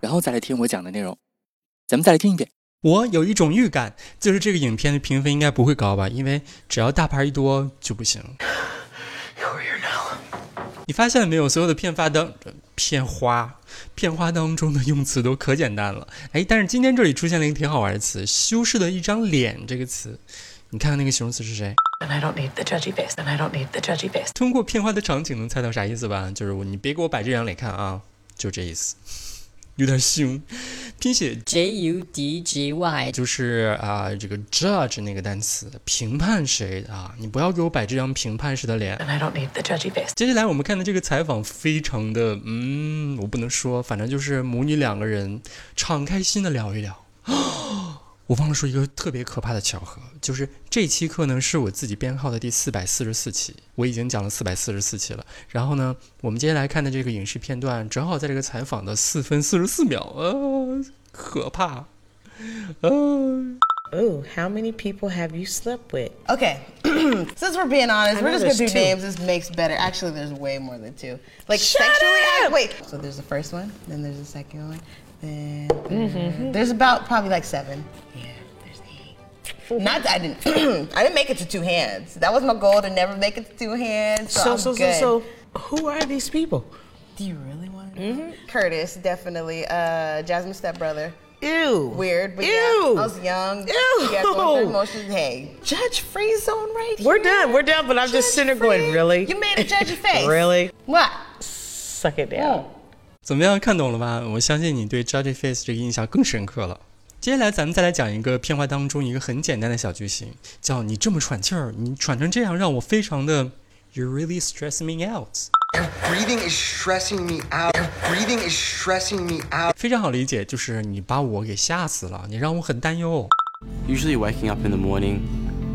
然后再来听我讲的内容。咱们再来听一遍。我有一种预感，就是这个影片的评分应该不会高吧，因为只要大牌一多就不行。你发现没有，所有的片发当片花片花当中的用词都可简单了。哎，但是今天这里出现了一个挺好玩的词，修饰的一张脸这个词，你看看那个形容词是谁？ And I don't need the judgy face. And I don't need the judgy face. 通过片花的场景能猜到啥意思吧？就是我你别给我摆这张脸看啊，就这意思，有点凶。拼写 J U D G Y，就是啊、这个 judge 那个单词，评判谁啊？你不要给我摆这张评判式的脸。 And I don't need the judgy face. 接下来我们看的这个采访非常的，嗯，我不能说，反正就是母女两个人敞开心的聊一聊。 我忘了说一个特别可怕的巧合，就是这期课呢是我自己编号的第四百四十四期，我已经讲了四百四十四期了。然后呢，我们接下来看的这个影视片段正好在这个采访的四分四十四秒，啊，可怕，啊。 Ooh, how many people have you slept with? Okay, since we're being I honest, we're know just gonna do there's two. names. This makes better. Actually, there's way more than two. Like sexually, I, wait. So there's the first one, then there's the second one, then Mm-hmm. third. there's about probably like seven. Yeah, there's eight. Not that I didn't. I didn't make it to two hands. That was my goal to never make it to two hands. So, So, I'm so, so, good. so, who are these people? Do you really want? Mm-hmm. Curtis, definitely. Uh, Jasmine's stepbrother. Ew. Weird, but Ew. yeah, I was young. Ew. Yeah, going through emotions. Hey, judge free zone right We're here. done. We're done. But I'm just sitting Judge there going, free? really? You made a judge your face. really? What? Suck it Oh. down. 怎么样，看懂了吧？我相信你对 Judgy Face 这个印象更深刻了。接下来咱们再来讲一个片花当中一个很简单的小句型，叫你这么喘气儿，你喘成这样让我非常的，You really stress me out。 breathing is stressing me out. Your breathing is stressing me out. 非常好理解，就是你把我给吓死了，你让我很担忧。 Usually, waking up in the morning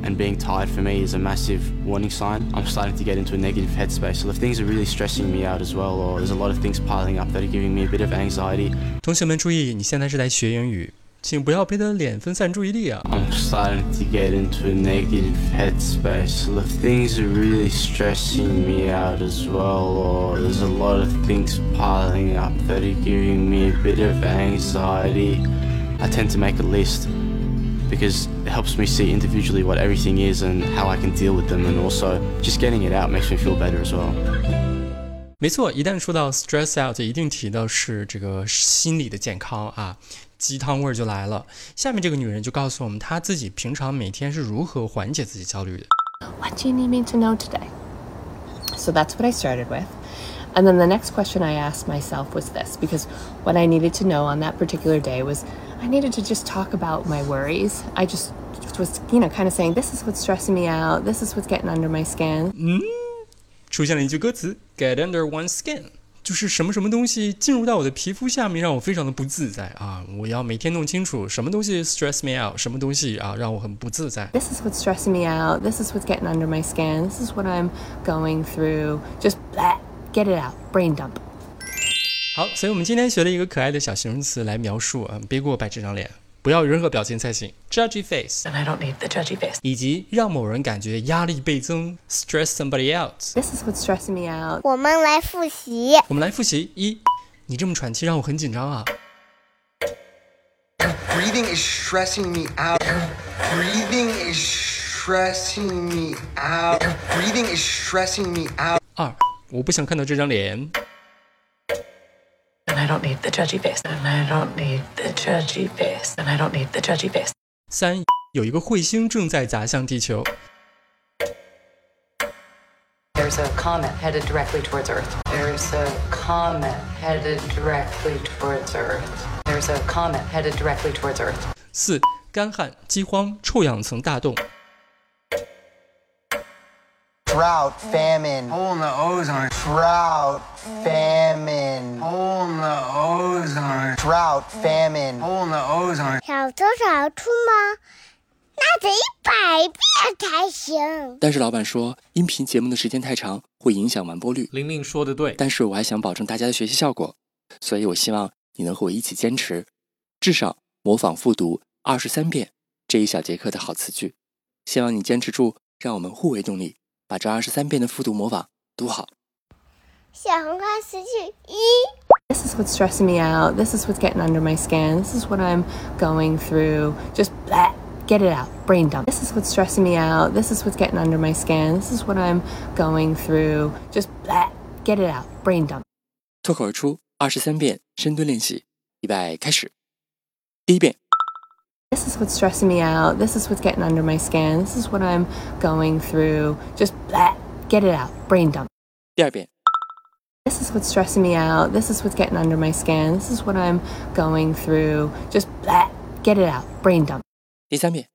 and being tired for me is a massive warning sign. I'm starting to get into a negative headspace. So, if things are really stressing me out as well, or there's a lot of things piling up that are giving me a bit of anxiety, 同学们注意，你现在是在学英语，请不要被他的脸分散注意力啊！ I'm starting to get into a negative headspace. So, if things are really stressing me out as well, or there's a lot of things piling up that are giving me a bit of anxiety, I tend to make a list because it helps me see individually what everything is and how I can deal with them, and also just getting it out makes me feel better as well. 没错，一旦说到 stress out，一定提到是这个心理的健康啊，鸡汤味儿就来了。下面这个女人就告诉我们，她自己平常每天是如何缓解自己焦虑的。 What do you need me to know today? So that's what I started with. And then the next question I asked myself was this because what I needed to know on that particular day was I needed to just talk about my worries. I just was, you know, kind of saying, this is what's stressing me out, this is what's getting under my skin. 出现了一句歌词 “get under one skin”，就是什么什么东西进入到我的皮肤下面，让我非常的不自在啊！我要每天弄清楚什么东西 stress me out，什么东西啊让我很不自在。 This is what's stressing me out. This is what's getting under my skin. This is what I'm going through. Just blah, get it out. Brain dump. 好，所以我们今天学了一个可爱的小形容词来描述啊，别给我摆这张脸，不要有任何表情才行，judgy face， And I don't need the judgy face. 以及让某人感觉压力倍增，stress somebody out。 This is what's stressing me out. 我们来复习我们来复习一，你这么喘气让我很紧张啊。 Your breathing is stressing me out. Your breathing is stressing me out. Your breathing is stressing me out. 二，我不想看到这张脸。 And I don't need the judgy face. And I don't need the judgy face. And I don't need the judgy face. 三，有一个彗星正在砸向地球。 There's a comet headed directly towards Earth. There's a comet headed directly towards Earth. There's a comet headed directly towards Earth. 四、干旱、饥荒、臭氧层大洞。 Hole in the ozone. drought, famine, hole in the ozone, drought, famine, hole in the ozone. 小偷小兔吗？那得一百遍才行。但是老板说，音频节目的时间太长会影响完播率。玲玲说的对，但是我还想保证大家的学习效果，所以我希望你能和我一起坚持，至少模仿复读二十三遍这一小节课的好词句。希望你坚持住，让我们互为动力，把这二十三遍的复读模仿读好。小红花词句一， This is what's stressing me out. This is what's getting under my skin. This is what I'm going through. Just blah, get it out. Brain dump. This is what's stressing me out. This is what's getting under my skin. This is what I'm going through. Just blah, get it out. Brain dump. 脱口而出二十三遍深蹲练习，预备开始。第一遍， This is what's stressing me out. This is what's getting under my skin. This is what I'm going through. Just blah, get it out. Brain dump. 第二遍， This is what's stressing me out. This is what's getting under my skin. This is what I'm going through. Just blah, get it out. Brain dump. 第三遍，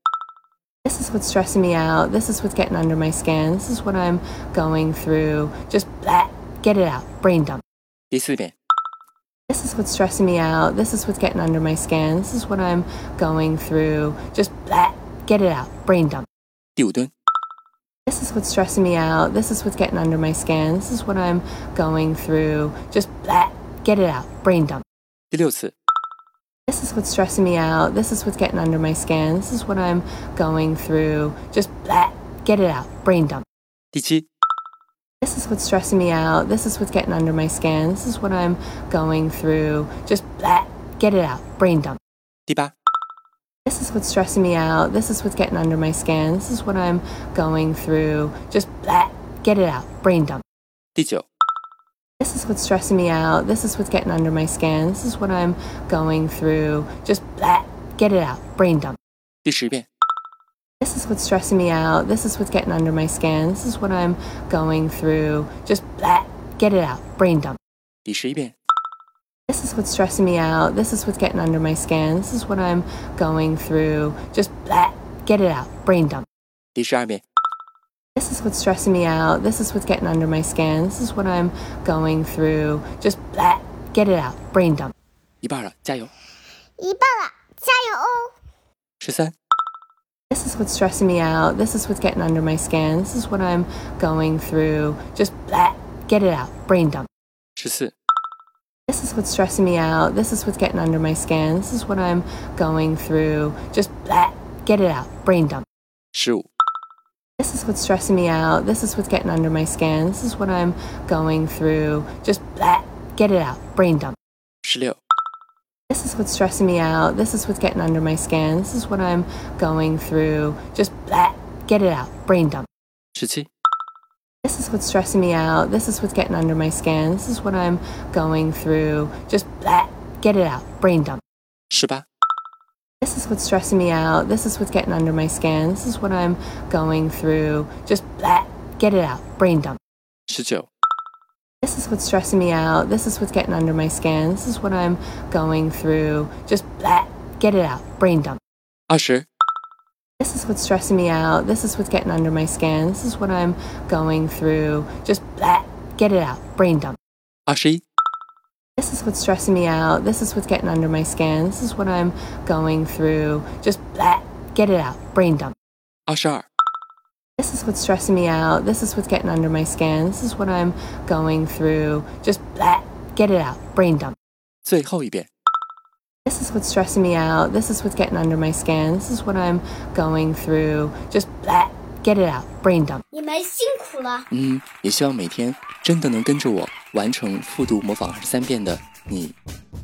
This is what's stressing me out. This is what's getting under my skin. This is what I'm going through. Just blah, get it out. Brain dump. 第四遍， This is what's stressing me out. This is what's getting under my skin. This is what I'm going through. Just blah, get it out. Brain dump. 第五蹲， This is what's stressing me out. This is what's getting under my skin. This is what I'm going through. Just blah, get it out. Brain dump. 第六次， This is what's stressing me out. This is what's getting under my skin. This is what I'm going through. Just blah, get it out. Brain dump. 第七， This is what's stressing me out. This is what's getting under my skin. This is what I'm going through. Just blah, get it out. Brain dump. 第八， This is what's stressing me out. This is what's getting under my skin. This is what I'm going through. Just blah, get it out. Brain dump. 第九， This is what's stressing me out. This is what's getting under my skin. This is what I'm going through. Just blah, get it out. Brain dump. 第十遍， This is what's stressing me out. This is what's getting under my skin. This is what I'm going through. Just blah, get it out. Brain dump. 第十一遍， This is what's stressing me out. This is what's getting under my skin. This is what I'm going through. Just blah, get it out. Brain dump. 第十二遍， This is what's stressing me out. This is what's getting under my skin. This is what I'm going through. Just blah, get it out. Brain dump. 一半了，加油！一半了，加油哦！十三、 This is what's stressing me out. This is what's getting under my skin. This is what I'm going through. Just blah, get it out. Brain dump. 十四、 This is what's stressing me out. This is what's getting under my skin. This is what I'm going through. Just blah, get it out. Brain dump. 十五、 This is what's stressing me out. This is what's getting under my skin. This is what I'm going through. Just blah, get it out. Brain dump. 十六、 This is what's stressing me out. This is what's getting under my skin. This is what I'm going through. Just blah, get it out. Brain dump. 十七、 This is what's stressing me out. This is what's getting under my skin. This is what I'm going through. Just blah, get it out. Brain dump. 十八、 This is what's stressing me out. This is what's getting under my skin. This is what I'm going through. Just blah, get it out. Brain dump. 十九、 This is what's stressing me out. This is what's getting under my skin. This is what I'm going through. Just blah, get it out. Brain dump. 二十、 This is what's stressing me out. This is what's getting under my skin. This is what I'm going through. Just blah, get it out. Brain dump. 二十一、 This is what's stressing me out. This is what's getting under my skin. This is what I'm going through. Just blah, get it out. Brain dump. 二十二、 This is what's stressing me out. This is what's getting under my skin. This is what I'm going through. Just blah, get it out. Brain dump. 最后一遍。 This is what's stressing me out. This is what's getting under my skin. This is what I'm going through. Just blah, get it out. Brain dump. 你们辛苦了，嗯，也希望每天真的能跟着我完成复读模仿二十三遍的你，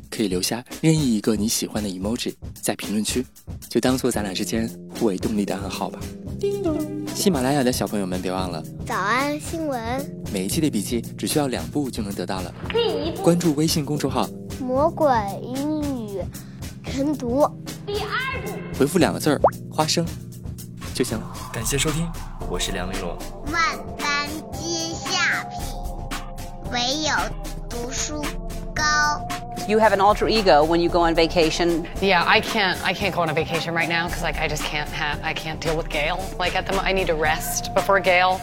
可以留下任意一个你喜欢的 emoji 在评论区，就当做咱俩之间互为动力的暗号吧。叮咚！喜马拉雅的小朋友们别忘了，早安新闻，每一期的笔记只需要两步就能得到了。关注微信公众号，魔鬼英语晨读。回复两个字儿“花生”就行了。感谢收听，我是梁丽罗。万般皆下品，唯有读书高。 You have an alter ego when you go on vacation. Yeah, I can't. I can't go on a vacation right now because, like, I just can't. Ha- I can't deal with Gail. Like at the, mo- I need to rest before Gail.